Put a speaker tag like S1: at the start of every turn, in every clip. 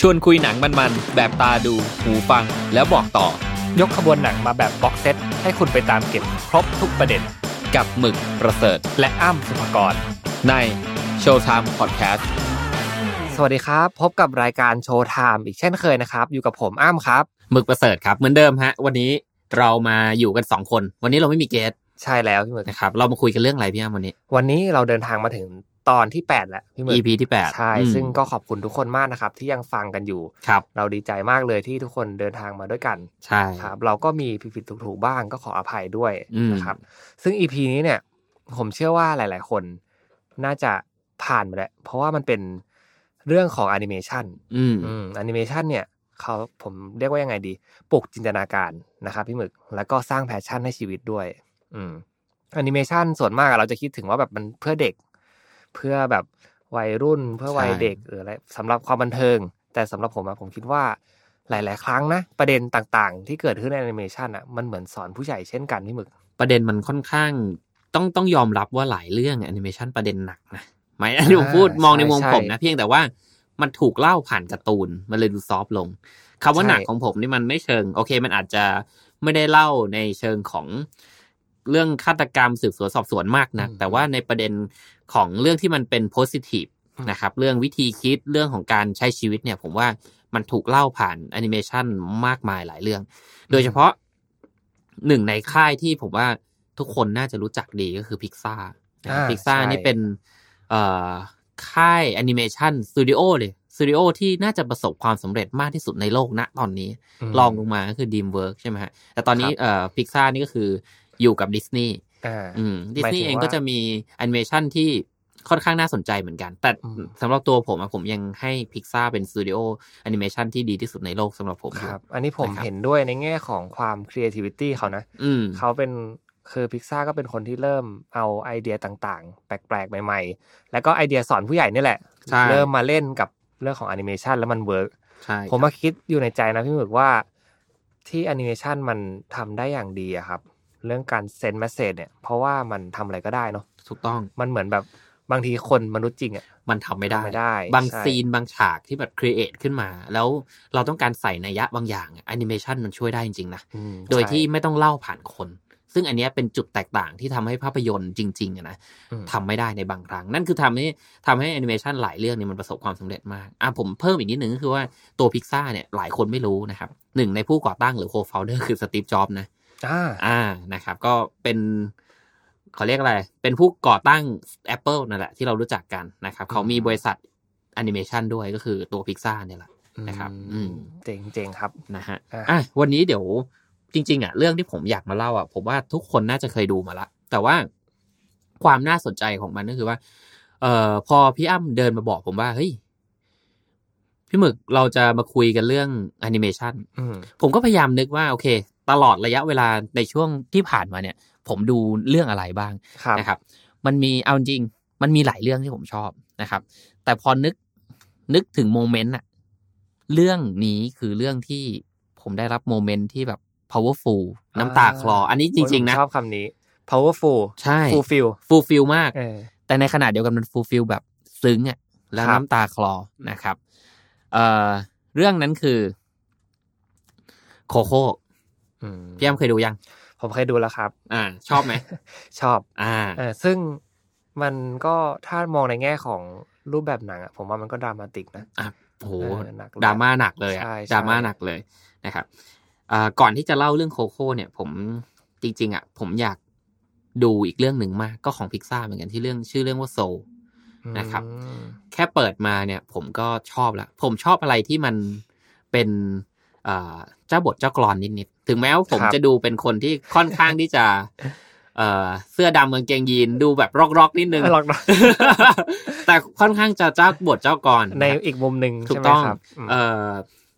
S1: ชวนคุยหนังมันๆ แบบตาดู หูฟัง แล้วบอกต่อ
S2: ยกขบวนหนังมาแบบบ็อกเซตให้คุณไปตามเก็บครบทุกประเด็น
S1: กับหมึกประเสริฐ
S2: และอ้ำสุภกร
S1: ในโชว์ไทม์พอดแคสต์
S2: สวัสดีครับ พบกับรายการโชว์ไทม์อีกเช่นเคยนะครับ อยู่กับผมอ้ำครับ
S3: หมึกประเสริฐครับเหมือนเดิมฮะ วันนี้เรามาอยู่กันสองคน วันนี้เราไม่มีเกส
S2: ใช่แล้วพี่หมึก
S3: นะครับเรามาคุยกันเรื่องอะไรพี่อ้ํวันนี้
S2: วันนี้เราเดินทางมาถึงตอนที่ 8 แล้วพี่หมึก
S3: EP ที่แปด
S2: ใช่
S3: อืม
S2: ซึ่งก็ขอบคุณทุกคนมากนะครับ ที่ยังฟังกันอยู่
S3: ครับ
S2: เราดีใจมากเลยที่ทุกคนเดินทางมาด้วยกัน
S3: ใช่
S2: ครับเราก็มีผิดๆถูกๆบ้างก็ขออภัยด้วย
S3: อืม
S2: นะครับ ซึ่ง EP นี้เนี่ย ผมเชื่อว่าหลาย ๆ คนน่าจะผ่านมาแล้วเพราะว่ามันเป็นเรื่องของแอนิเมชัน
S3: อืม
S2: อืมแอนิเมชันเนี่ยเขาผมเรียกว่ายังไงดีปลุกจินตนาการนะครับพี่หมึกแล้วก็สร้างแพชชั่นให้ชีวิตด้วย อืมแอนิเมชันส่วนมากอะเราจะคิดถึงว่าแบบมันเพื่อเด็ก เพื่อแบบวัยรุ่นเพื่อวัยเด็กหรืออะไรสำหรับความบันเทิง แต่สำหรับผมอะผมคิดว่า หลาย ๆ ครั้งนะ ประเด็นต่างๆ ที่เกิดขึ้นในแอนิเมชันอ่ะมันเหมือนสอนผู้ใหญ่เช่นกันพี่หมึก
S3: ประเด็นมันค่อนข้างต้องต้องยอมรับว่าหลายเรื่องแอนิเมชันประเด็นหนักนะหมายอันนี้ผมพูด
S2: ใช่
S3: มองในมุม
S2: ใช่
S3: ผมนะเพียงแต่ว่ามันถูกเล่าผ่านการ์ตูนมันเลยดูซอฟต์ลงคำว่า
S2: ใช่
S3: หนักของผมนี่มันไม่เชิง โอเค มันอาจจะไม่ได้เล่าในเชิงของเรื่องฆาตกรรมสืบสวนสอบสวนมากนะ
S2: อืม
S3: แต่ว่าในประเด็นของเรื่องที่มันเป็นโพสิทีฟ นะครับเรื่องวิธีคิดเรื่องของการใช้ชีวิตเนี่ย ผมว่ามันถูกเล่าผ่านแอนิเมชันมากมายหลายเรื่อง โดยเฉพาะหนึ่งในค่ายที่ผมว่าทุกคนน่าจะรู้จักดีก็คือพิกซ่า
S2: อ่า
S3: พิกซ่า
S2: ใช่
S3: นี่เป็นเอ่อค่ายแอนิเมชันสตูดิโอเลยสตูดิโอที่น่าจะประสบความสำเร็จมากที่สุดในโลกณตอนนี้
S2: ม
S3: รองลงมาก็คือ DreamWorks ใช่ไหมฮะแต่ตอนนี้
S2: ครับ
S3: เอ่อพิกซ่านี่ก็คืออยู่กับดิสนีย์
S2: อ่า
S3: อืมดิสนี
S2: หมายถึ
S3: ย์
S2: ง
S3: เอง
S2: ว่า
S3: ก็จะมีแอนิเมชันที่ค่อนข้างน่าสนใจเหมือนกัน แต่
S2: อืม
S3: สำหรับตัวผมอะผมยังให้พิกซ a าเป็นสตูดิโอแอนิเมชันที่ดีที่สุดในโลกสำหรับผมอยู่
S2: ครับ อันนี้ผม
S3: นะครับ
S2: เห็นด้วยในแง่ของความ creativity เขานะ
S3: อืม
S2: เขาเป็นคือพิกซ่าก็เป็นคนที่เริ่มเอาไอเดียต่างๆ แปลกๆ ใหม่ๆ แล้วก็ไอเดียสอนผู้ใหญ่นี่แหละ
S3: ใช่
S2: เริ่มมาเล่นกับเรื่องของแอนิเมชันแล้วมันเวิร์ก
S3: ใช่
S2: ผมมาคิดอยู่ในใจนะพี่หมึกว่าที่แอนิเมชันมันทำได้อย่างดีอะครับ เรื่องการเซน d มสเซจเนี่ยเพราะว่ามันทำอะไรก็ได้เนาะ
S3: ถูกต้อง
S2: มันเหมือนแบบบางทีคนมนุษย์จริงอะ
S3: มันทำไม่ได้
S2: ทำไม่ได้
S3: บาง
S2: ใช่
S3: ซีนบางฉากที่แบบครีเอทขึ้นมา แล้วเราต้องการใส่นัยยะบางอย่างแอนิเมชันมันช่วยได้จริงๆนะ
S2: อืม
S3: โดย
S2: ใช่
S3: ที่ไม่ต้องเล่าผ่านคน ซึ่งอันเนี้ยเป็นจุดแตกต่างที่ทำให้ภาพยนตร์จริงๆอะนะ
S2: อืม
S3: ทำไม่ได้ในบางครั้ง นั่นคือทำให้ทำให้แอนิเมชันหลายเรื่องเนี่ยมันประสบความสำเร็จมากอ่ะผมเพิ่มอีกนิดนึงก็คือว่าตัวพิกซ่าเนี่ยหลายคนไม่รู้นะครับหนึ่งในผู้ก่อตั้งหรือโคฟ o u เดอร์คือสตีฟจ็อบนะ
S2: อ่า
S3: อ่านะครับ ก็เป็นเขาเรียกอะไร เป็นผู้ก่อตั้ง Apple นั่นแหละที่เรารู้จักกันนะครับ เขามีบริษัทแอนิเมชันด้วยก็คือตัวพิกซ่าเนี่ยแหละ นะครับอืม
S2: เจ๋งเจ๋งๆครับ
S3: นะฮะ
S2: อ่ะ
S3: อ่ะ วันนี้เดี๋ยวจริง ๆ อ่ะ เรื่องที่ผมอยากมาเล่าอ่ะ ผมว่าทุกคนน่าจะเคยดูมาละ แต่ว่าความน่าสนใจของมันก็คือว่า เอ่อ พอพี่อ้ำเดินมาบอกผมว่า เฮ้ย พี่หมึกเราจะมาคุยกันเรื่องแอนิเมชัน
S2: อืม
S3: ผมก็พยายามนึกว่า โอเค ตลอดระยะเวลาในช่วงที่ผ่านมาเนี่ย ผมดูเรื่องอะไรบ้าง
S2: ครับ
S3: นะครับ มันมีเอาจริง มันมีหลายเรื่องที่ผมชอบนะครับ แต่พอนึกนึกถึงโมเมนต์อะเรื่องนี้คือเรื่องที่ผมได้รับโมเมนต์ที่แบบ powerful น้ำตาคลอ อันนี้จริง ๆ นะ
S2: ผมชอบคำนี้ powerful
S3: ใช่
S2: fulfill
S3: fulfill มาก
S2: เออ
S3: แต่ในขณะเดียวกันมัน fulfill แบบซึ้งอะแล้ว
S2: ครับ
S3: น้ำตาคลอนะครับ เอ่อ เรื่องนั้นคือ โคโค่
S2: อืม
S3: พี่แอมเคยดูยัง
S2: ผมเคยดูแล้วครับ
S3: อ่า ชอบไหม
S2: ชอบ
S3: อ่า
S2: เออซึ่งมันก็ถ้ามองในแง่ของรูปแบบหนังอะผมว่ามันก็ดรามาติกนะ
S3: อ่ะโห
S2: เออหนักเลย
S3: ดราม่าหนักเลยอะ
S2: ใช่ใช่
S3: ดราม่าหนักเลยนะครับอ่าก่อนที่จะเล่าเรื่องโคโค่เนี่ย ผมจริง ๆ อ่ะ ผมอยากดูอีกเรื่องหนึ่งมากก็ของพิกซ่าเหมือนกันที่เรื่องชื่อเรื่องว่าโซ นะครับ
S2: อืม
S3: แค่เปิดมาเนี่ย ผมก็ชอบละผมชอบอะไรที่มันเป็นอ่าเจ้าบทเจ้ากรอนนิดๆถึงแม้ว่าผม
S2: ครับ
S3: จะดูเป็นคนที่ค่อนข้างที่จะ เอ่อเสื้อดำกางเกงยีนดูแบบร็อกๆนิดนึง
S2: หลอกนะ
S3: แต่ค่อนข้างจะเจ้าบทเจ้ากร
S2: ในอีกมุมหนึ่ง
S3: ถูก
S2: ใช่ไหม
S3: ต้อง
S2: ครับม
S3: เอ่อ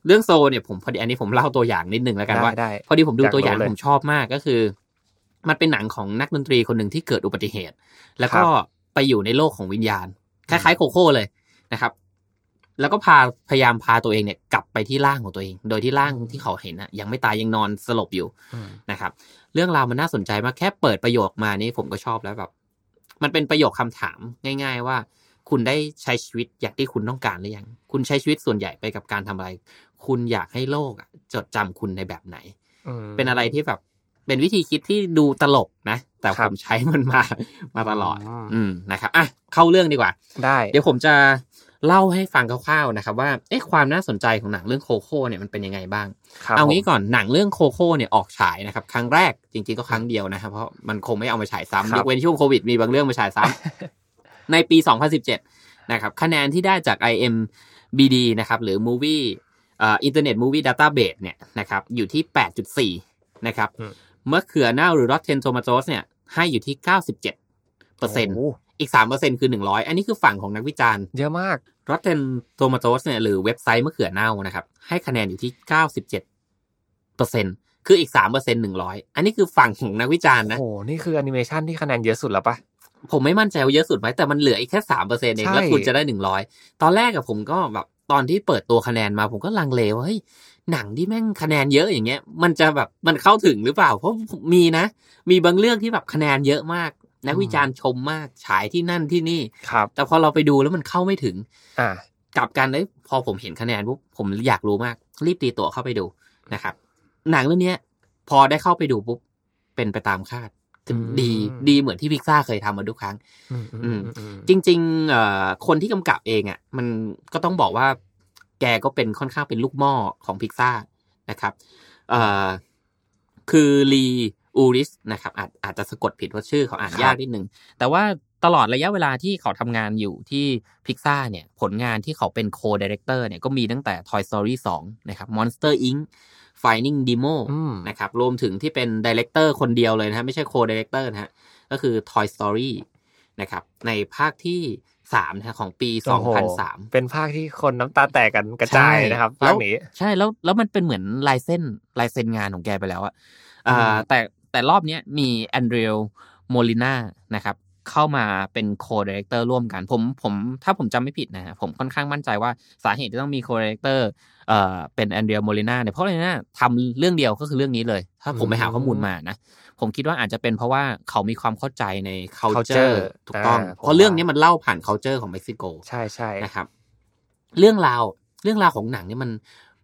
S3: เรื่องโซเนี่ยผมพอดีอันนี้ผมเล่าตัวอย่างนิดนึงแล้วกัน
S2: ได้
S3: ว่า
S2: ได้
S3: พอดีผมดูตัวอย่าง
S2: อยากรู้เลย
S3: ผมชอบมากก็คือ มันเป็นหนังของนักดนตรีคนหนึ่งที่เกิดอุบัติเหตุ แล้วก็ไปอยู่ในโลกของวิญญาณ คล้ายๆโคโค่เลยนะครับ แล้วก็พาพยายามพาตัวเองเนี่ย กลับไปที่ร่างของตัวเอง โดยที่ร่างที่เขาเห็นอะยังไม่ตายยังนอนสลบอยู่
S2: อืม
S3: นะครับ เรื่องราวมันน่าสนใจมากแค่เปิดประโยคมานี่ผมก็ชอบแล้วแบบ มันเป็นประโยคคำถามง่าย ๆ ว่า คุณได้ใช้ชีวิตอย่างที่คุณต้องการหรือยัง คุณใช้ชีวิตส่วนใหญ่ไปกับการทำอะไร คุณอยากให้โลกอะจดจำคุณในแบบไหน
S2: ม
S3: เป็นอะไรที่แบบเป็นวิธีคิดที่ดูตลกนะ แต่
S2: ครั
S3: ผ
S2: บ
S3: มใช้มันมามาตลอด
S2: อืม
S3: อืมนะครับอ่ะเข้าเรื่องดีกว่า
S2: ได้
S3: เดี๋ยวผมจะเล่าให้ฟังคร่าวๆนะครับว่าเอ๊ะความน่าสนใจของหนังเรื่องโคโค่เนี่ยมันเป็นยังไงบ้าง
S2: ครับ
S3: เอางี้
S2: ผม
S3: ก่อนหนังเรื่องโคโค่เนี่ยออกฉายนะครับ ครั้งแรกจริงๆก็ครั้งเดียวนะครับ เพราะมันคงไม่เอามาฉายซ้ำยกเว้นช่วงโควิดมีบางเรื่องมาฉายซ้ ำ ในปี 2017 นะครับ คะแนนที่ได้จาก IMBD นะครับ หรือ Movie เอ่อ Internet Movie Database เนี่ยนะครับอยู่ที่ 8.4 นะครับมะเขือเน่าหรือ Rotten Tomatoes เนี่ยให้อยู่ที่ 97เปอร์เซ็นต์
S2: โโห
S3: อีก3เปอร์เซ็นต์คือ 100 อันนี้คือฝั่งของนักวิจารณ์
S2: เยอะมาก
S3: Rotten Tomatoes เนี่ยหรือเว็บไซต์มะเขือเน่านะครับ ให้คะแนนอยู่ที่ 97เปอร์เซ็นคืออีก3เปอร์เซ็นหนึ่งร้อยอันนี้คือฝั่งของนักวิจารณ์
S2: โอ้
S3: นะ
S2: โหนี่คือแอนิเมชันที่คะแนนเยอะสุดแล้วปะ
S3: ผมไม่มั่นใจว่าเยอะสุดไหมแต่มันเหลืออีกแค่สามเปอร์เซ็นเอง
S2: ใช่
S3: แล้วคุณจะได้หนึ่งร้อยตอนแรกกับผมก็แบบตอนที่เปิดตัวคะแนนมาผมก็ลังเลว่าเฮ้ยหนังที่แม่งคะแนนเยอะอย่างเงี้ย มันจะแบบมันเข้าถึงหรือเปล่า เพราะมีนะ มีบางเรื่องที่แบบคะแนนเยอะมาก นักวิจารณ์ชมมากฉายที่นั่นที่นี่
S2: ครับ
S3: แต่พอเราไปดูแล้วมันเข้าไม่ถึง
S2: อ่า
S3: กลับกันเลยพอผมเห็นคะแนนปุ๊บผมอยากรู้มาก รีบตีตั๋วเข้าไปดูนะครับ หนังเรื่องเนี้ย พอได้เข้าไปดูปุ๊บ เป็นไปตามคาดคือ
S2: ม
S3: ดีดีเหมือนที่พิกซ่าเคยทำมาทุกครั้ง
S2: อืมอืมอืม
S3: จริงๆเอ่อคนที่กำกับเองอ่ะ มันก็ต้องบอกว่า แกก็เป็นค่อนข้างเป็นลูกหม้อของพิกซ่านะครับเอ่อคือลีอูริสนะครับอาจอาจจะสะกดผิดเพราะชื่อเขาอ่านยากนิดนึง แต่ว่าตลอดระยะเวลาที่เขาทำงานอยู่ที่พิกซ่าเนี่ย ผลงานที่เขาเป็นโคดีเรคเตอร์เนี่ยก็มีตั้งแต่ Toy Story 2 นะครับ Monster Inc. Finding Demo
S2: อืม
S3: นะครับรวมถึงที่เป็นดีเลกเตอร์คนเดียวเลยนะฮะไม่ใช่โคดีเลกเตอร์นะฮะก็คือ Toy Story นะครับในภาคที่3นะฮะของปี
S2: โอ้โห
S3: 2003
S2: เป็นภาคที่คนน้ำตาแตกกันกระจาย
S3: ใช่
S2: นะครับ
S3: แล้ว
S2: ภาคนี้
S3: ใช่แล้วแล้วมันเป็นเหมือนลายเส้นลายเซ็นงานของแกไปแล้วอะ
S2: อืม
S3: อ่าแต่แต่รอบเนี้ยมีแอนเดรียโมลิน่านะครับเข้ามาเป็นโคดีเลกเตอร์ร่วมกันผมผมถ้าผมจำไม่ผิดนะฮะผมค่อนข้างมั่นใจว่าสาเหตุที่ต้องมีโคดีเลกเตอร์เอ่อเป็นแอนเดรียโมลิน่าเนี่ยเพราะอะไรนะทำเรื่องเดียวก็คือเรื่องนี้เลย ถ้าผมไปหาข้อมูลมานะ ผมคิดว่าอาจจะเป็นเพราะว่าเขามีความเข้าใจใน culture
S2: culture
S3: ถูกต้อง
S2: อ่าผม
S3: เพราะเรื่องนี้
S2: ว่ามั
S3: มันเล่าผ่าน culture ของเม็กซิโก
S2: ใช่ใช่
S3: นะครับ เรื่องราวเรื่องราวของหนังเนี่ยมัน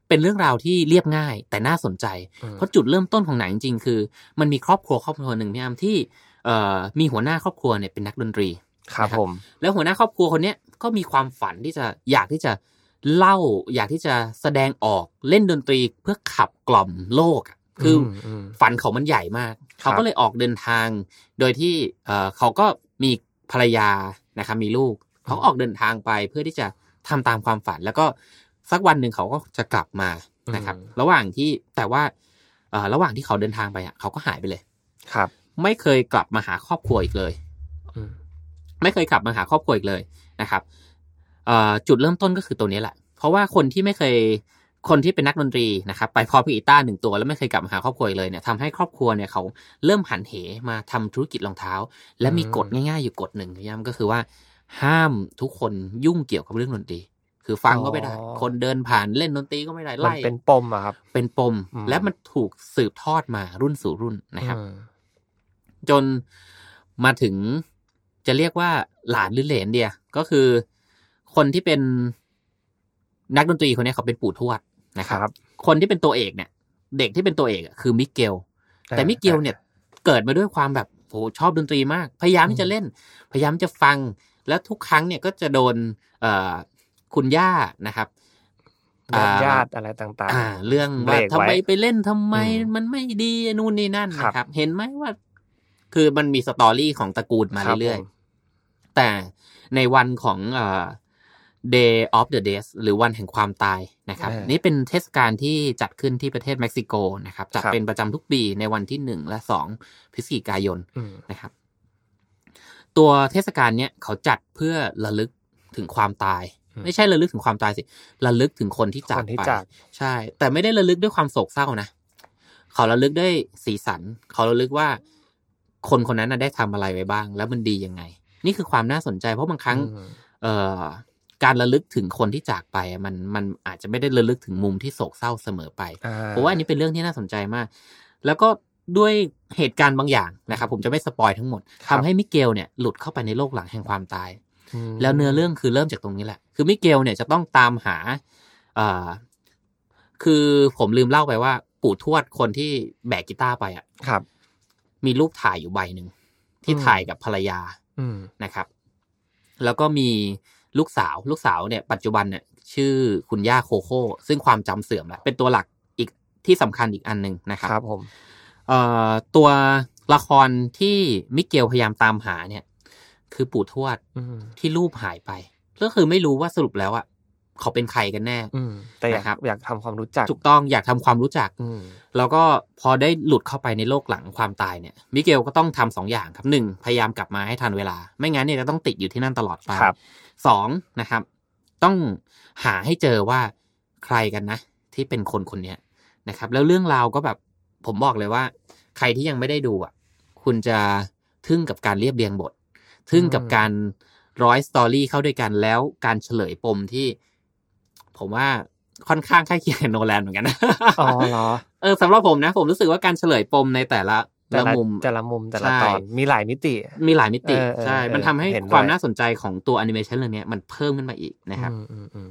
S3: เป็นเรื่องราวที่เรียบง่าย แต่น่าสนใจ
S2: อืม
S3: เพราะจุดเริ่มต้นของหนังจริงๆคือ มันมีครอบครัวครอบครัวหนึ่งพี่อามที่เอ่อมีหัวหน้าครอบครัวเนี่ยเป็นนักดนตรี
S2: ครับผม
S3: แล้วหัวหน้าครอบครัวคนเนี้ยก็มีความฝันที่จะอยากที่จะเล่า อยากที่จะแสดงออกเล่นดนตรีเพื่อขับกล่อมโลกอะคืออ
S2: มม
S3: ฝันเขามันใหญ่มาก
S2: ครับ
S3: เขาก็เลยออกเดินทาง โดยที่เอ่อเขาก็มีภรรยานะครับมีลูก เขาก็ออกเดินทางไปเพื่อที่จะทำตามความฝัน แล้วก็สักวันหนึ่งเขาก็จะกลับมานะครับ ระหว่างที่แต่ว่าเอ่อระหว่างที่เขาเดินทางไปอ่ะเขาก็หายไปเลย
S2: ครับ
S3: ไม่เคยกลับมาหาครอบครัวอีกเลย
S2: อืม
S3: ไม่เคยกลับมาหาครอบครัวอีกเลยนะครับเอ่อจุดเริ่มต้นก็คือตัวนี้แหละ เพราะว่าคนที่ไม่เคย คนที่เป็นนักดนตรีนะครับ ไปพร้อมกับกีตาร์หนึ่งตัวแล้วไม่เคยกลับมาหาครอบครัวอีกเลยเนี่ยทำให้ครอบครัวเนี่ยเขาเริ่มหันเหมาทำธุรกิจรองเท้า และมีกฎง่ายๆอยู่กฎหนึ่งย้ำก็คือว่าห้ามทุกคนยุ่งเกี่ยวกับเรื่องดนตรี คือฟังก็ไม่ได้ คนเดินผ่านเล่นดนตรีก็ไม่ได้
S2: มัน
S3: ไล่
S2: เป็นปมอะครับ
S3: เป็นปม
S2: อืม
S3: และมันถูกสืบทอดมารุ่นสู่รุ่นนะครับ
S2: อืม
S3: จนมาถึงจะเรียกว่าหลานหรือเหลนเดียก็คือคนที่เป็นนักดนตรีคนนี้เขาเป็นปู่ทวดนะค
S2: ค
S3: รับ
S2: รับ
S3: คนที่เป็นตัวเอกเนี่ย เด็กที่เป็นตัวเอกอะคือมิเกล แต่มิเกลเนี่ยเกิดมาด้วยความแบบโหชอบดนตรีมาก พยายามที่จะเล่น พยายามจะฟัง แล้วทุกครั้งเนี่ยก็จะโดนเอ่อคุณย่านะครับ
S2: ญาติ
S3: อ่า
S2: ญาติอะไรต่าง
S3: อ่า เรื่องว่า
S2: เบรก
S3: ทำไม
S2: ไว้
S3: ไปเล่นทำไม
S2: อืม
S3: มันไม่ดีนู่นนี่นั่น
S2: ครับ
S3: นะครับ เห็นไหมว่า คือมันมีสตอรี่ของตระกูลมา
S2: ครับ
S3: เรื่อย
S2: ผม
S3: ๆแต่ในวันของเอ่อ Day of the Dead หรือวันแห่งความตายนะครับ
S2: เออ
S3: นี่เป็นเทศกาลที่จัดขึ้นที่ประเทศเม็กซิโกนะครับจัด
S2: ครับ
S3: เป็นประจำทุกปีในวันที่หนึ่งและสองพฤศจิกายน
S2: ๆอืม
S3: นะครับตัวเทศกาลเนี้ยเขาจัดเพื่อระลึกถึงความตาย
S2: อืม
S3: ไม่ใช่ระลึกถึงความตายสิระลึกถึงคนที่จาก
S2: คนที่
S3: ไป
S2: จาก
S3: ใช่ แต่ไม่ได้ระลึกด้วยความโศกเศร้านะเขาระลึกด้วยสีสัน เขาระลึกว่าคนคนนั้นนะได้ทำอะไรไว้บ้าง แล้วมันดียังไง นี่คือความน่าสนใจ เพราะบางครั้ง
S2: อืม
S3: เอ่อการระลึกถึงคนที่จากไปอะมันมันอาจจะไม่ได้ระลึกถึงมุมที่โศกเศร้าเสมอไป
S2: อ่
S3: เพราะว่าอันนี้เป็นเรื่องที่น่าสนใจมาก แล้วก็ด้วยเหตุการณ์บางอย่างนะครับ ผมจะไม่สปอยทั้งหมดทำให้มิเกลเนี่ยหลุดเข้าไปในโลกหลังแห่งความตาย
S2: อืม
S3: แล้วเนื้อเรื่องคือเริ่มจากตรงนี้แหละ คือมิเกลเนี่ยจะต้องตามหาเอ่อคือผมลืมเล่าไปว่า ปู่ทวดคนที่แบกกีตาร์ไปอ่ะ
S2: ครับ
S3: มีรูปถ่ายอยู่ใบหนึ่งที่
S2: อืม
S3: ถ่ายกับภรรยา
S2: อืม
S3: นะครับ แล้วก็มีลูกสาวลูกสาวเนี่ย ปัจจุบันเนี่ย ชื่อคุณย่าโคโค่ซึ่งความจำเสื่อมแล้วเป็นตัวหลักอีกที่สำคัญอีกอันหนึ่งนะค
S2: ครับ รับผม
S3: เอ่อตัวละครที่มิเกลพยายามตามหาเนี่ย คือปู่ทวด
S2: อืม
S3: ที่รูปหายไป ก็คือไม่รู้ว่าสรุปแล้วอ่ะเขาเป็นใครกันแน่
S2: อืมแต่อยาก
S3: นะครับ
S2: อยากทำความรู้จัก
S3: ถูกต้องอยากทำความรู้จัก
S2: อืม
S3: แล้วก็พอได้หลุดเข้าไปในโลกหลังความตายเนี่ยมิเกลก็ต้องทำสองอย่างครับหนึ่งพยายามกลับมาให้ทันเวลา ไม่งั้นเนี่ยจะต้องติดอยู่ที่นั่นตลอดไป
S2: ครับ
S3: สองนะครับ ต้องหาให้เจอว่าใครกันนะ ที่เป็นคนคนเนี้ยนะครับ แล้วเรื่องราวก็แบบผมบอกเลยว่า ใครที่ยังไม่ได้ดูอ่ะ คุณจะทึ่งกับการเรียบเรียงบท ทึ่งกับ
S2: อืม
S3: การร้อยสตอรี่เข้าด้วยกันแล้วการเฉลยปมที่ ผมว่าค่อนข้างใกล้เคียงกับโนแลนเหมือนกันนะ
S2: อ๋อเหรอ
S3: เออสำหรับผมนะ ผมรู้สึกว่าการเฉลยปมในแต่ละ
S2: แต่
S3: ละ
S2: ละ
S3: มุม
S2: แต่ละมุมแต่ละ
S3: ใช่
S2: ตอนมีหลายมิติ
S3: มีหลายมิติ
S2: เออเออ
S3: ใช่
S2: เออ
S3: มันทำให้
S2: เห็นด้วย
S3: ความน่าสนใจของตัวแอนิเมชันเรื่องเนี้ยมันเพิ่มขึ้นมาอีกนะครับ
S2: อืมอืมอืม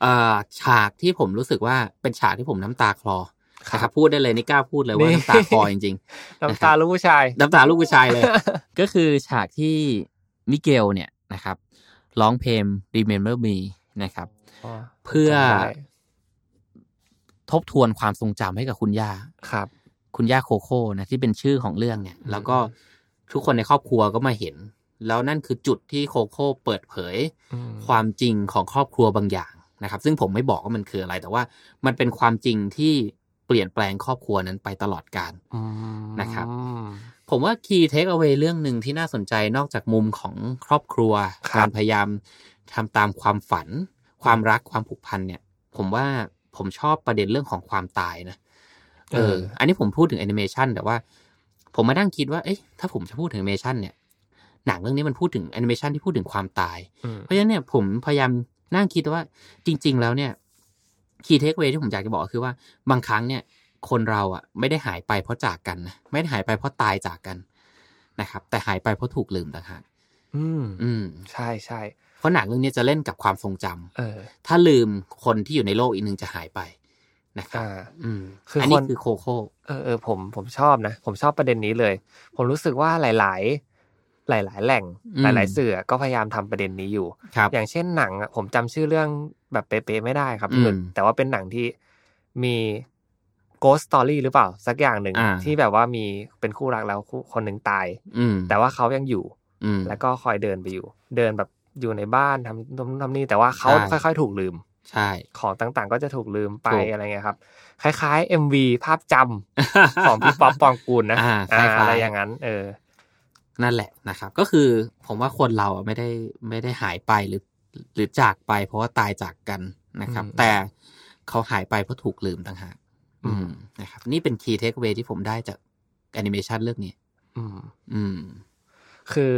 S3: เอ่อฉากที่ผมรู้สึกว่าเป็นฉากที่ผมน้ำตาคลอ
S2: ครับ
S3: นะครับพูดได้เลยนี่กล้าพูดเลยว่า
S2: นี่
S3: น้ำตาคลอจริง นะครับ
S2: น้ำตาลูกผู้ชาย
S3: ๆ น้ำตาลูกผู้ชาย เลย ก็คือฉากที่มิเกลเนี่ยนะครับร้องเพลง Remember Me นะครับ
S2: อ๋อ
S3: เพื่อ
S2: จำได้
S3: ทบทวนความทรงจำให้กับคุณย่า
S2: ครับ
S3: คุณย่าโคโค่นะที่เป็นชื่อของเรื่องเนี่ย
S2: อืม
S3: แล้วก็ทุกคนในครอบครัวก็มาเห็น แล้วนั่นคือจุดที่โคโค่เปิดเผย
S2: อืม
S3: ความจริงของครอบครัวบางอย่างนะครับ ซึ่งผมไม่บอกว่ามันคืออะไร แต่ว่ามันเป็นความจริงที่เปลี่ยนแปลงครอบครัวนั้นไปตลอดกาล
S2: อืม
S3: นะครับ ผมว่าคีย์เทคเอาไว้เรื่องหนึ่งที่น่าสนใจนอกจากมุมของครอบครัว การพยายามทำตามความฝัน ความรักความผูกพันเนี่ย ผมว่าผมชอบประเด็นเรื่องของความตายนะเออ อันนี้ผมพูดถึงแอนิเมชันแต่ว่า ผมมานั่งคิดว่า เอ๊ะถ้าผมจะพูดถึงแอนิเมชันเนี่ย หนังเรื่องนี้มันพูดถึงแอนิเมชันที่พูดถึงความตาย
S2: อืม
S3: เพราะฉะนั้นเนี่ยผมพยายามนั่งคิดว่าจริง ๆ แล้วเนี่ยคีย์เทคเวที่ผมอยากจะบอกก็คือว่าบางครั้งเนี่ย คนเราอ่ะไม่ได้หายไปเพราะจากกันนะไม่ได้หายไปเพราะตายจากกันนะครับ แต่หายไปเพราะถูกลืมต่างหาก
S2: อืม
S3: อืม
S2: ใช่ใช่
S3: เพราะหนังเรื่องนี้จะเล่นกับความทรงจำ
S2: เออ
S3: ถ้าลืมคนที่อยู่ในโลกอีกหนึ่งจะหายไปนะครับ
S2: อ่า
S3: อืม
S2: คืออั
S3: อันนี้
S2: คน
S3: คือโคโค่
S2: เออเออผมผมชอบนะ ผมชอบประเด็นนี้เลย ผมรู้สึกว่าหลาย ๆ หลาย ๆ แหล่ง
S3: อืม
S2: หลาย ๆ สื่อก็พยายามทำประเด็นนี้อยู่
S3: ครับ
S2: อย่างเช่นหนังอะผมจำชื่อเรื่องแบบเป๊ะๆไม่ได้ครับพี่หมึก
S3: อืม
S2: แต่ว่าเป็นหนังที่มี Ghost Story หรือเปล่า สักอย่างหนึ่ง
S3: อ่า
S2: ที่แบบว่ามีเป็นคู่รักแล้วคู่คนหนึ่งตาย
S3: อืม
S2: แต่ว่าเขายังอยู่
S3: อืม
S2: แล้วก็คอยเดินไปอยู่ เดินแบบอยู่ในบ้านทำนู่นทำนี่แต่ว่าเขา
S3: ใช่
S2: ค่อยๆ ถูกลืม
S3: ใช่
S2: ของต่างๆ ก็จะถูกลืมไป
S3: ถูก
S2: อะไรเงี้ยครับ คล้ายๆ MV ภาพจำ ของพี่ป๊อปปองกูลนะ
S3: อ่า
S2: อ่า
S3: คล้ายๆ
S2: อะไรอย่างนั้น เออ
S3: นั่นแหละนะครับ ก็คือผมว่าคนเราอะไม่ได้ไม่ได้หายไปหรือ หรือจากไป เพราะว่าตายจากกันนะครับ
S2: อืม
S3: แต่เขาหายไปเพราะถูกลืมต่างหาก
S2: อื
S3: อื
S2: ม
S3: มนะครับ นี่เป็นคีย์เทคเวที่ผมได้จากแอนิเมชันเรื่องนี้
S2: อืม
S3: อืม
S2: คือ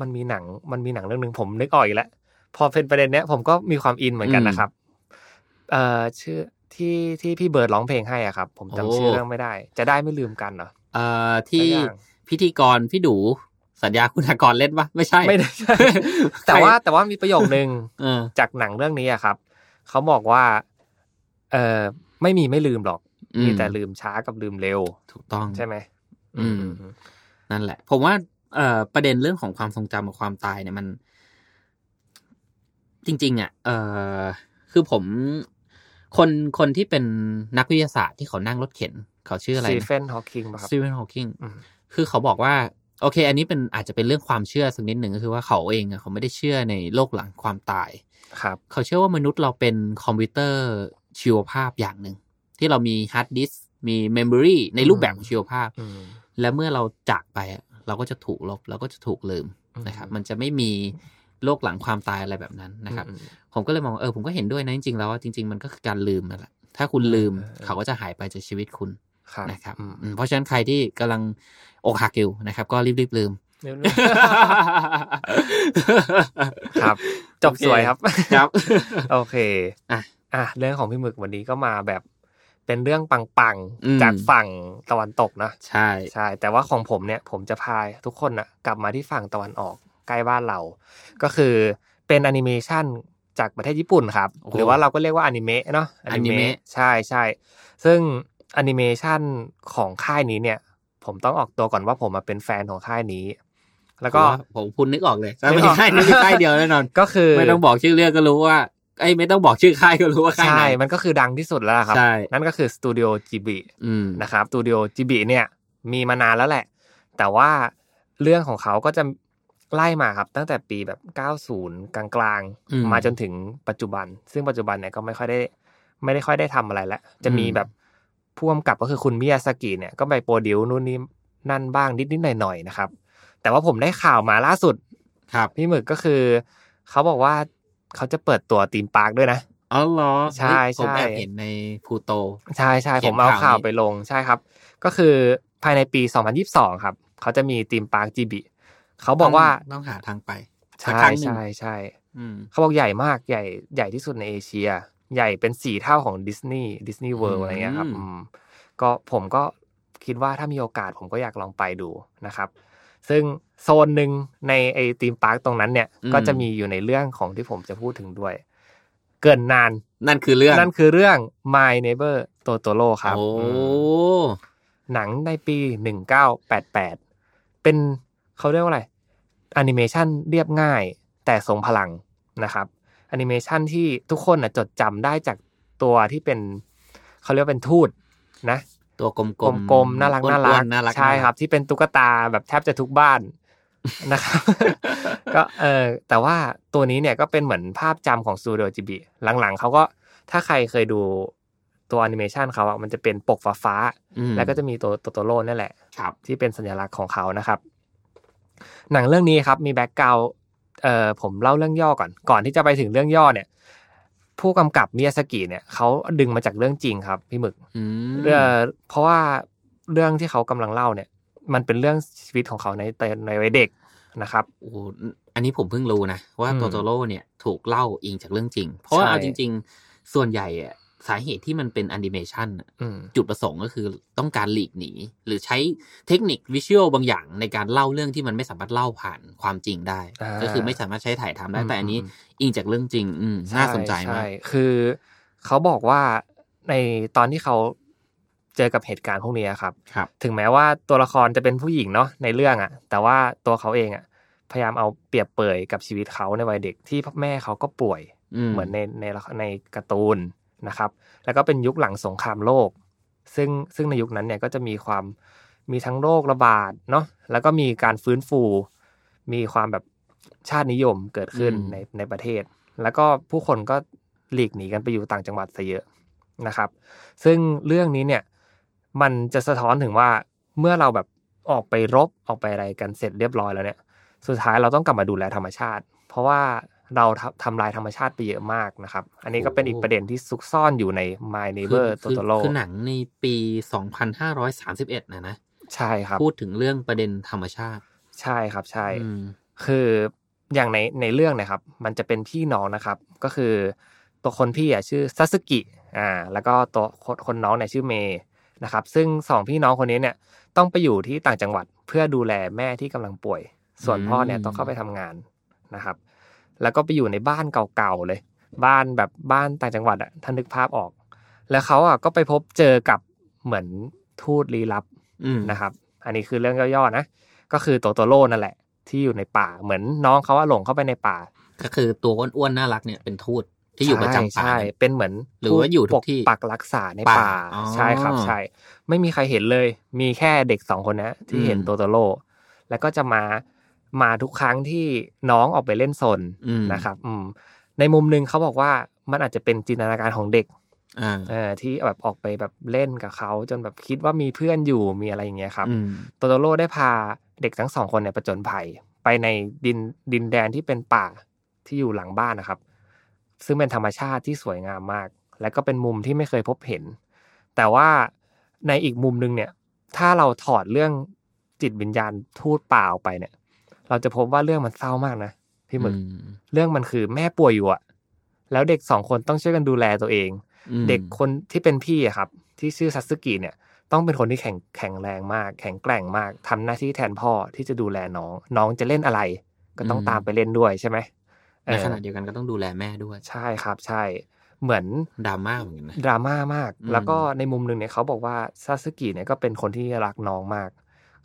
S2: มันมีหนังมันมีหนังเรื่องหนึ่งผมนึกออกอีกแล้ว พอเป็นประเด็นเนี้ยผมก็มีความอินเหมือนกัน
S3: อืม
S2: นะครับ เอ่อชื่อที่ที่พี่เบิร์ดร้องเพลงให้อ่ะครับ ผมจำชื่อ
S3: โอ้
S2: เรื่องไม่ได้ จะได้ไม่ลืมกันเหรอ
S3: เอ่อที่
S2: หลายอย่าง
S3: พิธีกรพี่ดูสัญญาคุณากรเล่นปะไม่ใช่
S2: ไม่ได้ แต่ว่าแต่ว่ามีประโยคนึง
S3: เออ
S2: จากหนังเรื่องนี้อะครับ เขาบอกว่า เออไม่มีไม่ลืมหรอก
S3: อื
S2: มีแต่ลืมช้ากับลืมเร็ว
S3: ถูกต้อง
S2: ใช่ไหม
S3: อืม นั่นแหละ ผมว่าเอ่อประเด็นเรื่องของความทรงจำกับความตายเนี่ยมัน จริง ๆ อ่ะ เอ่อคือผมคนคนที่เป็นนักวิทยาศาสตร์ที่เขานั่งรถเข็น เขาชื่ออะไร
S2: ซี
S3: นะ
S2: เฟนฮอว์กิงป่ะครับ
S3: ซีเวนฮอว์กิง
S2: อืม
S3: คือเขาบอกว่า โอเค อันนี้เป็นอาจจะเป็นเรื่องความเชื่อสักนิดหนึ่งก็คือว่าเขาเองอะเขาไม่ได้เชื่อในโลกหลังความตาย
S2: ครับ
S3: เขาเชื่อว่ามนุษย์เราเป็นคอมพิวเตอร์ชีวภาพอย่างหนึ่ง ที่เรามีฮาร์ดดิสก์มีเมมโมรีในรูปแบบของชีวภาพ
S2: อืม
S3: และเมื่อเราจากไปอะเราก็จะถูกลบ เราก็จะถูกลืม
S2: อืม
S3: นะครับ มันจะไม่มีโลกหลังความตายอะไรแบบนั้นนะครับ
S2: อืม
S3: ผมก็เลยมองว่าเออผมก็เห็นด้วยนะจริงๆแล้วว่าจริง ๆ มันก็คือการลืมนั่นแหละถ้าคุณลืม
S2: เออเออ
S3: เขาก็จะหายไปจากชีวิตคุณ
S2: ครับ
S3: นะครับ
S2: อืม
S3: อืมเพราะฉะนั้นใครที่กำลังอกหักอยู่นะครับ ก็รีบๆลืม
S2: ครับ จบ
S3: โอเค
S2: สวยครับ
S3: ครับ
S2: โอเค
S3: อ่ะ
S2: อ่ะเรื่องของพี่หมึกวันนี้ก็มาแบบ เป็นเรื่องปัง
S3: อืม
S2: ๆจากฝั่งตะวันตกนะ
S3: ใช่
S2: ใช่ แต่ว่าของผมเนี่ย ผมจะพาทุกคนนะกลับมาที่ฝั่งตะวันออก ใกล้บ้านเรา ก็คือเป็นแอนิเมชันจากประเทศญี่ปุ่นครับ
S3: โอ้โห
S2: หรือว่าเราก็เรียกว่าอนิเมะเนาะ
S3: anime
S2: ใช่ใช่ซึ่งแอนิเมชันของค่ายนี้เนี่ย ผมต้องออกตัวก่อนว่าผมมาเป็นแฟนของค่ายนี้ แล้วก็
S3: ผมว่าผมคุณนึกออกเลย
S2: นึ
S3: ไม่
S2: กออก
S3: ใช่ไม่ใช่ค่ายเดียวแน่นอน
S2: ก็คือ
S3: ไม่ต้องบอกชื่อเรื่องก็รู้ว่าไอ้ยไม่ต้องบอกชื่อค่ายก็รู้ว่าค่ายไหน
S2: ใช่ มันก็คือดังที่สุดแล้วล่ะครับ
S3: ใช่
S2: นั่นก็คือสตูดิโอจิบิ
S3: อืม
S2: นะครับสตูดิโอจิบิเนี่ยมีมานานแล้วแหละ แต่ว่าเรื่องของเขาก็จะไล่มาครับตั้งแต่ปีแบบ 90 กลาง
S3: อืม
S2: ๆ มาจนถึงปัจจุบัน ซึ่งปัจจุบันเนี่ยก็ไม่ค่อยได้ไม่ได้ค่อยได้ทำอะไรแล้ว จะมี
S3: อืม
S2: แบบพ่วงกับก็คือคุณมิยาสกิเนี่ยก็ไปโปรดิวซ์นู่นนี่นั่นบ้างนิดๆหน่อยๆนะครับ แต่ว่าผมได้ข่าวมาล่าสุด
S3: ครับ
S2: พี่หมึกก็คือ เขาบอกว่าเขาจะเปิดตัวตีมปาร์คด้วยนะ
S3: อ๋อเหรอ
S2: ใช่
S3: เฮ้ยผม
S2: ใช่
S3: แอบเห็นในพูโต
S2: ใช่ใช่
S3: เขี
S2: ผ
S3: ยน
S2: มเอา
S3: ข่าว
S2: ข่าว
S3: นี้
S2: ไปลงใช่ครับ ก็คือภายในปี 2022 ครับ เขาจะมีทีมปาร์คจีบีเขาบอกว่า
S3: ต้งต้องหาทางไปสัก
S2: ใช่
S3: ครั้งหนึ่ง
S2: ใช่ใช่
S3: อืม
S2: เขาบอกใหญ่มากใหญ่ใหญ่ที่สุดในเอเชีย ใหญ่เป็นสี่เท่าของดิสนีย์ดิสนีย์เวิ
S3: อืม
S2: ลด์อะไรเงี้ยครับอืมก็ผมก็คิดว่าถ้ามีโอกาสผมก็อยากลองไปดูนะครับ ซึ่งโซนหนึ่งในไอทีมปาร์คตรงนั้นเนี่ย ก็จะมีอยู่ในเรื่องของที่ผมจะพูดถึงด้วย เกินนาน
S3: นั่นคือเรื่อง
S2: นั่นคือเรื่อง My Neighbor Totoro ครับ
S3: โอ้
S2: อืมหนังในปี 1988 เป็นเขาเรียกว่าอะไรแอนิเมชันเรียบง่ายแต่ทรงพลังนะครับแอนิเมชันที่ทุกคนนะจดจำได้จากตัวที่เป็นเขาเรียกว่าเป็นทูตนะ
S3: ตัวกลมๆ
S2: กลมๆน่ารัก
S3: อ้ว
S2: น่ารัก
S3: ๆน่ารัก
S2: ใช่ครับ ที่เป็นตุ๊กตาแบบแทบจะทุกบ้านนะครับ ก็เออแต่ว่าตัวนี้เนี่ยก็เป็นเหมือนภาพจำของ s ู u d i o จิบิหลังๆเขาก็ถ้าใครเคยดูตัวแอนิเมชันเขาอะมันจะเป็นปกฟ้าฟ้า
S3: อืม
S2: ๆแล้วก็จะมีตัวตัวโตโร่นั่นแหละ
S3: ครับ
S2: ที่เป็นสัญลักษณ์ของเขานะครับ หนังเรื่องนี้ครับ มีแบ็กกราวเอ่อผมเล่าเรื่องย่อก่อน ก่อนที่จะไปถึงเรื่องย่อเนี่ย ผู้กำกับมิยาสกิเนี่ยเขาดึงมาจากเรื่องจริงครับพี่หมึก
S3: อืม
S2: เอ่อเพราะว่าเรื่องที่เขากำลังเล่าเนี่ย มันเป็นเรื่องชีวิตของเขาในแต่ในวัยเด็กนะครับ
S3: โอ้โหอันนี้ผมเพิ่งรู้นะ ว่า
S2: อืม
S3: โตโตโร่เนี่ยถูกเล่าอิงจากเรื่องจริง เพราะว่า
S2: ใช่
S3: เอาจริง ๆ ส่วนใหญ่อะสาเหตุที่มันเป็นแอนิเมชันอะ
S2: อืม
S3: จุดประสงค์ก็คือต้องการหลีกหนี หรือใช้เทคนิควิชวลบางอย่างในการเล่าเรื่องที่มันไม่สามารถเล่าผ่านความจริงได้
S2: อ่า
S3: ก็คือไม่สามารถใช้ถ่ายทำได้
S2: อืม
S3: แต่อันนี้
S2: อืม
S3: อิงจากเรื่องจริง อืมน่าสนใจมาก
S2: ช่คือเขาบอกว่าในตอนที่เขาเจอกับเหตุการณ์พวกนี้ครับ
S3: ครับ
S2: ถึงแม้ว่าตัวละครจะเป็นผู้หญิงเนาะในเรื่องอะ่ะ แต่ว่าตัวเขาเองอะ่ะ พยายามเอาเปรียบเปรยกับชีวิตเขาในวัยเด็กที่แม่เขาก็ป่วย
S3: อืม
S2: เหมือนในในละในการ์ตูนนะครับ แล้วก็เป็นยุคหลังสงครามโลก ซึ่งซึ่งในยุคนั้นเนี่ยก็จะมีความมีทั้งโรคระบาดเนาะแล้วก็มีการฟื้นฟู มีความแบบชาตินิยมเกิดขึ้นในในประเทศ แล้วก็ผู้คนก็หลีกหนีกันไปอยู่ต่างจังหวัดซะเยอะนะครับ ซึ่งเรื่องนี้เนี่ยมันจะสะท้อนถึงว่าเมื่อเราแบบออกไปรบออกไปอะไรกันเสร็จเรียบร้อยแล้วเนี่ย สุดท้ายเราต้องกลับมาดูแลธรรมชาติ เพราะว่าเราทำทำลายธรรมชาติไปเยอะมากนะครับ อันนี้ก็เป็นอีกประเด็นที่ซุกซ่อนอยู่ใน My
S3: คือ
S2: Neighbor
S3: คือ
S2: Totoro
S3: คือหนังในปี 2531 นะนะ
S2: ใช่ครับ
S3: พูดถึงเรื่องประเด็นธรรมชาติ
S2: ใช่ครับใช่
S3: อืม
S2: คืออย่างในในเรื่องเนะครับ มันจะเป็นพี่น้องนะครับ ก็คือ ตัวคนพี่อ่ะชื่อซาสึกิอ่าแล้วก็ตัวคนคนน้องเนี่ยชื่อเมย์นะครับ ซึ่งสองพี่น้องคนนี้เนี่ยต้องไปอยู่ที่ต่างจังหวัดเพื่อดูแลแม่ที่กำลังป่วย ส่วนพ่อเนี่ย
S3: อืม
S2: ต้องเข้าไปทำงานนะครับ แล้วก็ไปอยู่ในบ้านเก่าๆเลย บ้านแบบบ้านต่างจังหวัดอ่ะท่านนึกภาพออก แล้วเขาอ่ะก็ไปพบเจอกับเหมือนทูตลี้ลับ
S3: อืม
S2: นะครับ อันนี้คือเรื่องย่อๆนะ ก็คือโตโตโร่นั่นแหละ ที่อยู่ในป่า เหมือนน้องเขาว่าหลงเข้าไปในป่า
S3: ก็คือตัวอ้วนๆน่ารักเนี่ยเป็นทูตที่อยู่ประจำป่า
S2: ใช่
S3: เนี่ย
S2: ใช่เป็นเหมือน
S3: หรือว่าอยู่ทุกที่
S2: ปปักรักษาใน
S3: ป่า
S2: ป่า
S3: อ๋อ
S2: ใช่ครับ ใช่ ไม่มีใครเห็นเลย มีแค่เด็กสองคนนะ ที่เห็น
S3: อืม
S2: โตโตโร่ แล้วก็จะมา มาทุกครั้งที่น้องออกไปเล่นซน
S3: อืม
S2: นะครับ อืม ในมุมหนึ่งเขาบอกว่ามันอาจจะเป็นจินตนาการของเด็ก
S3: อ่า
S2: เออที่แบบออกไปแบบเล่นกับเขาจนแบบคิดว่ามีเพื่อนอยู่ มีอะไรอย่างเงี้ยครับ
S3: อืม
S2: โตโตโร่ได้พาเด็กทั้งสองคนเนี่ยประจนภัย ไปในดินดินแดนที่เป็นป่าที่อยู่หลังบ้านนะครับ ซึ่งเป็นธรรมชาติที่สวยงามมาก และก็เป็นมุมที่ไม่เคยพบเห็น แต่ว่าในอีกมุมหนึงเนี่ย ถ้าเราถอดเรื่องจิตวิญญาณทูตป่าออกไปเนี่ย เราจะพบว่าเรื่องมันเศร้ามากนะพี่หมึก
S3: อื
S2: เรื่องมันคือแม่ป่วยอยู่อะแล้วเด็กสองคนต้องช่วยกันดูแลตัวเอง
S3: อืม
S2: เด็กคนที่เป็นพี่อะครับ ที่ชื่อซัตสึกิเนี่ย ต้องเป็นคนที่แข็งแข็งแรงมาก แข็งแกร่งมากทำหน้าที่แทนพ่อที่จะดูแลน้อง น้องจะเล่นอะไร ก็ต้อง
S3: อืม
S2: ตามไปเล่นด้วยใช่ไหมเอ
S3: ใน
S2: อ
S3: ขณะเดียวกันก็ต้องดูแลแม่ด้วย
S2: ใช่ครับใช่ เหมือน
S3: ดราม่าเหมือนกันนะ
S2: ดราม่ามาก
S3: อืม
S2: แล้วก็ในมุมหนึ่งเนี่ยเขาบอกว่าซาสึกิเนี่ยก็เป็นคนที่รักน้องมาก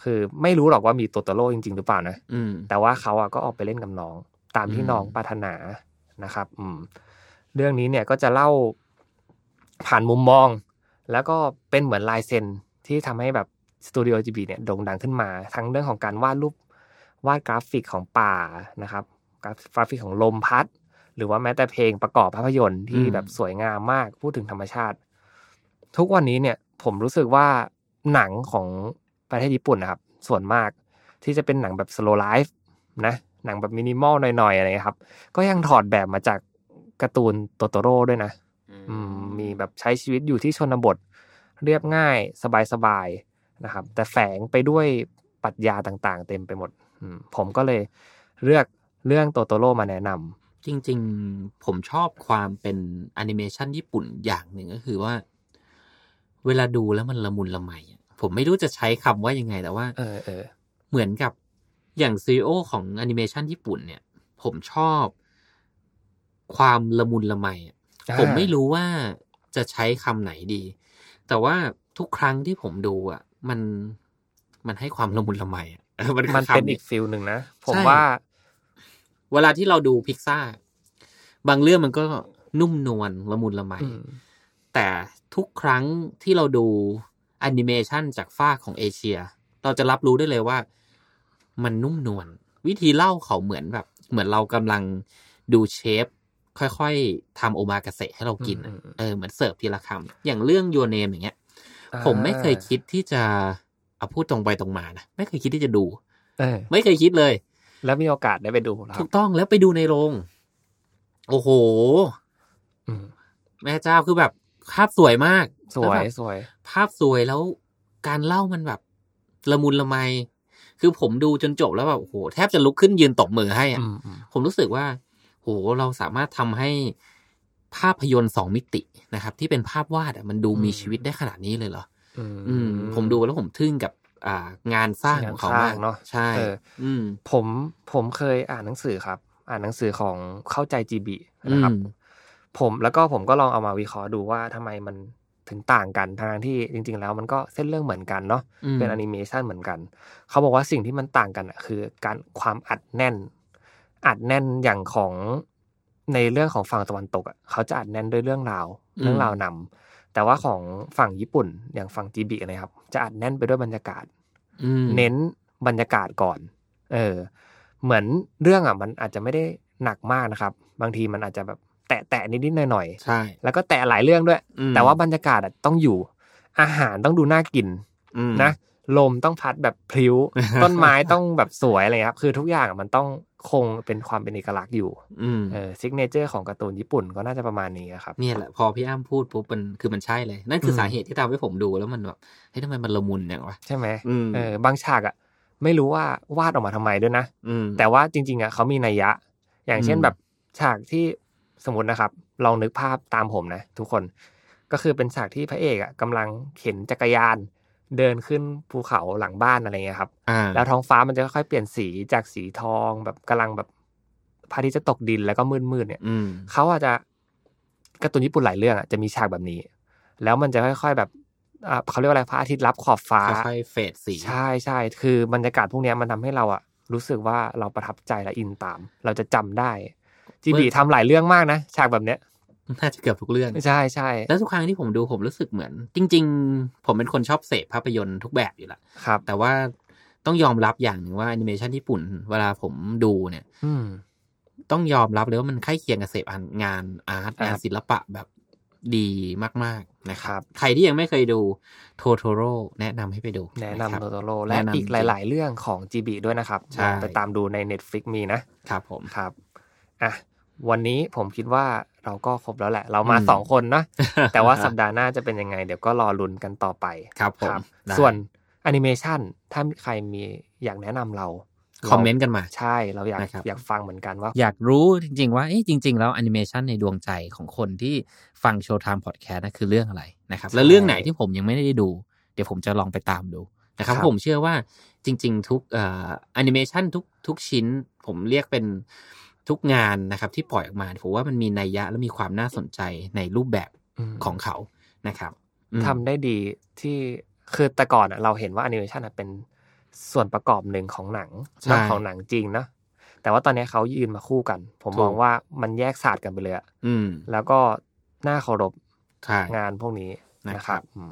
S2: คือไม่รู้หรอกว่ามีตัวตโร่จริง ๆ หรือเปล่านะ
S3: อืม
S2: แต่ว่าเขาอะก็ออกไปเล่นกับน้อง ตามที่
S3: อืม
S2: น้องปรารถนานะครับ อืม เรื่องนี้เนี่ยก็จะเล่าผ่านมุมมอง แล้วก็เป็นเหมือนลายเซ็นที่ทำให้แบบสตูดิโอจีบีเนี่ยโด่งดังขึ้นมา ทั้งเรื่องของการวาดรูปวาดกราฟิกของป่านะครับกราฟกราฟิกของลมพัด หรือว่าแม้แต่เพลงประกอบภาพยนตร์ที่
S3: อืม
S2: แบบสวยงามมากพูดถึงธรรมชาติ ทุกวันนี้เนี่ยผมรู้สึกว่าหนังของประเทศญี่ปุ่นนะครับ ส่วนมากที่จะเป็นหนังแบบสโลไลฟ์นะหนังแบบมินิมอลหน่อยๆอะไรเงี้ยครับ ก็ยังถอดแบบมาจากการ์ตูนโตโตโร่ด้วยนะ อืมมีแบบใช้ชีวิตอยู่ที่ชนบท เรียบง่ายสบายๆนะครับ แต่แฝงไปด้วยปรัชญาต่างๆ เต็มไปหมดอืมผมก็เลยเลือกเรื่องโตโตโร่มาแนะน
S3: จริงๆ ผมชอบความเป็นแอนิเมชันญี่ปุ่นอย่างหนึ่งก็คือว่า เวลาดูแล้วมันละมุนละไมอะผมไม่รู้จะใช้คำว่ายังไงแต่ว่า
S2: ำเออเออ
S3: เหมือนกับอย่างซีโอของแอนิเมชันญี่ปุ่นเนี่ย ผมชอบความละมุนละไมอะ
S2: อ่า
S3: ผมไม่รู้ว่าจะใช้คำไหนดี แต่ว่าทุกครั้งที่ผมดูอ่ะ มันมันให้ความละมุนละไมอ่ะ เออมันคือ
S2: มันเป็น
S3: คำ
S2: อีกฟิลหนึ่งนะ ผม
S3: ใช่
S2: ว่า
S3: เวลาที่เราดูพิกซ่าบางเรื่องมันก็นุ่มนวลละมุนละไม
S2: อืม
S3: แต่ทุกครั้งที่เราดูแอนิเมชันจากฝ้ากของเอเชีย เราจะรับรู้ได้เลยว่า มันนุ่มนวลวิธีเล่าเขาเหมือนแบบ เหมือนเรากำลังดูเชฟ ค่อยๆทำโอมากาเสะให้เรากินอะ
S2: อืมอืม
S3: เออเหมือนเสิร์ฟทีละคำอย่างเรื่องยูเนมอย่างเงี้ย ผมไม่เคยคิดที่จะเอาพูดตรงไปตรงมานะไม่เคยคิดที่จะดู
S2: เออ
S3: ไม่เคยคิดเลย
S2: แล้วมีโอกาสได้ไปดูครั
S3: ถู
S2: บ
S3: กต้องแล้วไปดูในโรง โอ้โห
S2: อืม
S3: แม่เจ้าคือแบบภาพสวยมาก
S2: สวย
S3: แล้แบบ
S2: สวย
S3: ภาพสวยแล้วการเล่ามันแบบ ละมุนละไม คือผมดูจนจบแล้วแบบโอ้โหแทบจะลุกขึ้นยืนตบมือให้อะ
S2: อืมอืม
S3: ผมรู้สึกว่าโหเราสามารถทำให้ภาพยนตร์สองมิตินะครับ ที่เป็นภาพวาดอะมันดูมีชีวิตได้ขนาดนี้เลยเหรอ
S2: อืม
S3: อืม ผมดูแล้วผมทึ่งกับ อ่า งานสร้างของเขามาก
S2: งานสร้างเนอะ
S3: ใช่
S2: เออ
S3: อืม
S2: ผมผมเคยอ่านหนังสือครับ อ่านหนังสือของเข้าใจจีบีนะครับ
S3: อืม
S2: ผมแล้วก็ผมก็ลองเอามาวิเคราะห์ดูว่าทำไมมันถึงต่างกันทั้งๆที่จริง ๆ แล้วมันก็เส้นเรื่องเหมือนกันเนาะ
S3: อืม
S2: เป็นแอนิเมชันเหมือนกัน เขาบอกว่าสิ่งที่มันต่างกันอะคือ การความอัดแน่น อัดแน่นอย่างของในเรื่องของฝั่งตะวันตกอะเขาจะอัดแน่นด้วยเรื่องราว
S3: อืม
S2: เรื่องราวนำแต่ว่าของฝั่งญี่ปุ่นอย่างฝั่งจีบีนะครับ จะอัดแน่นไปด้วยบรรยากาศ
S3: อืม
S2: เน้นบรรยากาศก่อน เออ เหมือนเรื่องอ่ะมันอาจจะไม่ได้หนักมากนะครับ บางทีมันอาจจะแบบแตะแตะนิดนิดๆหน่อยหน่อย
S3: ใช่
S2: ๆ แล้วก็แตะหลายเรื่องด้วย
S3: อืม
S2: แต่ว่าบรรยากาศอ่ะต้องอยู่ อาหารต้องดูน่ากิน
S3: อืม
S2: นะ ลมต้องพัดแบบพ ลิ้ว ต้นไม้ต้องแบบสวยอะไรเงี้ยครับ คือทุกอย่างอะมันต้องคงเป็นความเป็นเอกลักษณ์อยู่
S3: อืม
S2: เออซิกเนเจอร์ของการ์ตูนญี่ปุ่นก็น่าจะประมาณนี้อะครับ
S3: เนี่ยแหละพอพี่อ้ำพูดปุ๊บมันคือมันใช่เลย นั่นคืออ
S2: ม
S3: สาเหตุที่ทำให้ผมดูแล้วมันแบบเฮ้ยทำไมมันละมุนอย่างวะ
S2: ใช่ไหม
S3: อืม
S2: เออบางฉากอ่ะไม่รู้ว่าวาดออกมาทำไมด้วยนะ
S3: อืม
S2: แต่ว่าจริงๆอ่ะเขามีนัยยะ อย่างเช่น
S3: อืม
S2: แบบฉากที่สมมตินะครับ ลองนึกภาพตามผมนะ ทุกคนก็คือเป็นฉากที่พระเอกอ่ะกำลังเข็นจักรยาน เดินขึ้นภูเขาหลังบ้านอะไรเงี้ยครับ
S3: อ่า
S2: แล้วท้องฟ้ามันจะค่อยๆเปลี่ยนสีจากสีทองแบบกำลังแบบพระอาทิตย์จะตกดินแล้วก็มืดๆเนี่ย
S3: อืม
S2: เขาอาจจะการ์ตูนญี่ปุ่นหลายเรื่องอ่ะจะมีฉากแบบนี้ แล้วมันจะค่อยๆแบบอ่าเขาเรียกว่าอะไรพระอาทิตย์รับขอบฟ้า
S3: ค่อยๆเฟดสี
S2: ใช่ใช่คือบรรยากาศพวกเนี้ยมันทำให้เราอะรู้สึกว่าเราประทับใจและอินตาม เราจะจำได้จีบีทำหลายเรื่องมากนะ ฉากแบบเนี้ย
S3: น่าจะเกือบทุกเรื่อง
S2: ใช่ใช่
S3: แล้วทุกครั้งที่ผมดูผมรู้สึกเหมือน จริง ๆ ผมเป็นคนชอบเสพภาพยนตร์ทุกแบบอยู่ละ
S2: ครับ
S3: แต่ว่าต้องยอมรับอย่างหนึ่งว่าแอนิเมชันญี่ปุ่น เวลาผมดูเนี่ย
S2: อืม
S3: ต้องยอมรับเลยว่ามันใกล้เคียงกับเสพงานอาร์ตงานศิลปะแบบดีมากๆนะค
S2: ครั
S3: รับ
S2: บ
S3: ใครที่ยังไม่เคยดูโทโทโร่แนะนำให้ไปดู
S2: แน
S3: คน
S2: ะำ
S3: รับ
S2: โตโตโรและ
S3: แนะนำ
S2: อีกหลาย ๆ เรื่องของจีบีด้วยนะครับ
S3: ใช่
S2: ลองไปตามดูใน Netflix มีนะครับ
S3: ผม
S2: ครับอ่ะวันนี้ผมคิดว่าเราก็ครบแล้วแหละ เรามา
S3: อืม
S2: สองคนนะ แต่ว่าสัปดาห์หน้าจะเป็นยังไง เดี๋ยวก็รอลุ้นกันต่อไป
S3: ครับผมได้
S2: ส่วนแอนิเมชันถ้าใครมีอยากแนะนำเรา
S3: คอมเมนต์กันมา
S2: ใช่เราอยาก
S3: นะครับ
S2: อยากฟังเหมือนกันว่า
S3: อยากรู้จริง ๆ ว่าเอ๊ะจริง ๆ แล้วแอนิเมชันในดวงใจของคนที่ฟังโชว์ไทม์พอดแคสต์นะคือเรื่องอะไรนะครับ แล้ว
S2: ใช่
S3: เรื่องไหนที่ผมยังไม่ได้ดู เดี๋ยวผมจะลองไปตามดูนะครับ
S2: ครับ
S3: ผมเชื่อว่าจริง ๆ ทุกแอนิเมชันทุก ทุกชิ้นผมเรียกเป็นทุกงานนะครับ ที่ปล่อยออกมาผมว่ามันมีนัยยะและมีความน่าสนใจในรูปแบบ
S2: ม
S3: ของเขานะครับอืม
S2: ทำได้ดีที่คือแต่ก่อนอะเราเห็นว่าแอนิเมชันเป็นส่วนประกอบหนึ่งของหนัง
S3: ใช่
S2: นอกของหนังจริงนะแต่ว่าตอนนี้เขายืนมาคู่กัน ผม
S3: ถูก
S2: มองว่ามันแยกศาสตร์กันไปเลยอะ
S3: อืม
S2: แล้วก็น่าเคารพ
S3: ใช่
S2: งานพวกนี้นะ
S3: นะค
S2: ค
S3: รั
S2: รับ บอืม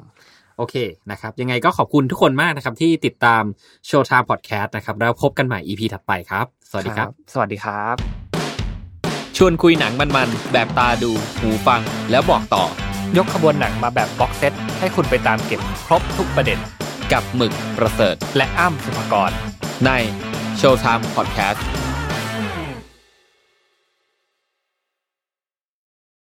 S3: โอเคนะครับ ยังไงก็ขอบคุณทุกคนมากนะครับ ที่ติดตาม Showtime Podcast นะครับ แล้วพบกันใหม่ EP ถัดไปครับ สวัสดีครับ
S2: สวัสดีครับ
S1: ชวนคุยหนังมันๆ แบบตาดู หูฟัง แล้วบอกต่อย
S2: กขบวนหนังมาแบบบ็อกเซตให้คุณไปตามเก็บครบทุกประเด็น
S1: กับหมึกประเสริฐ
S2: และอ้ำสุภกร
S1: ใน Showtime Podcast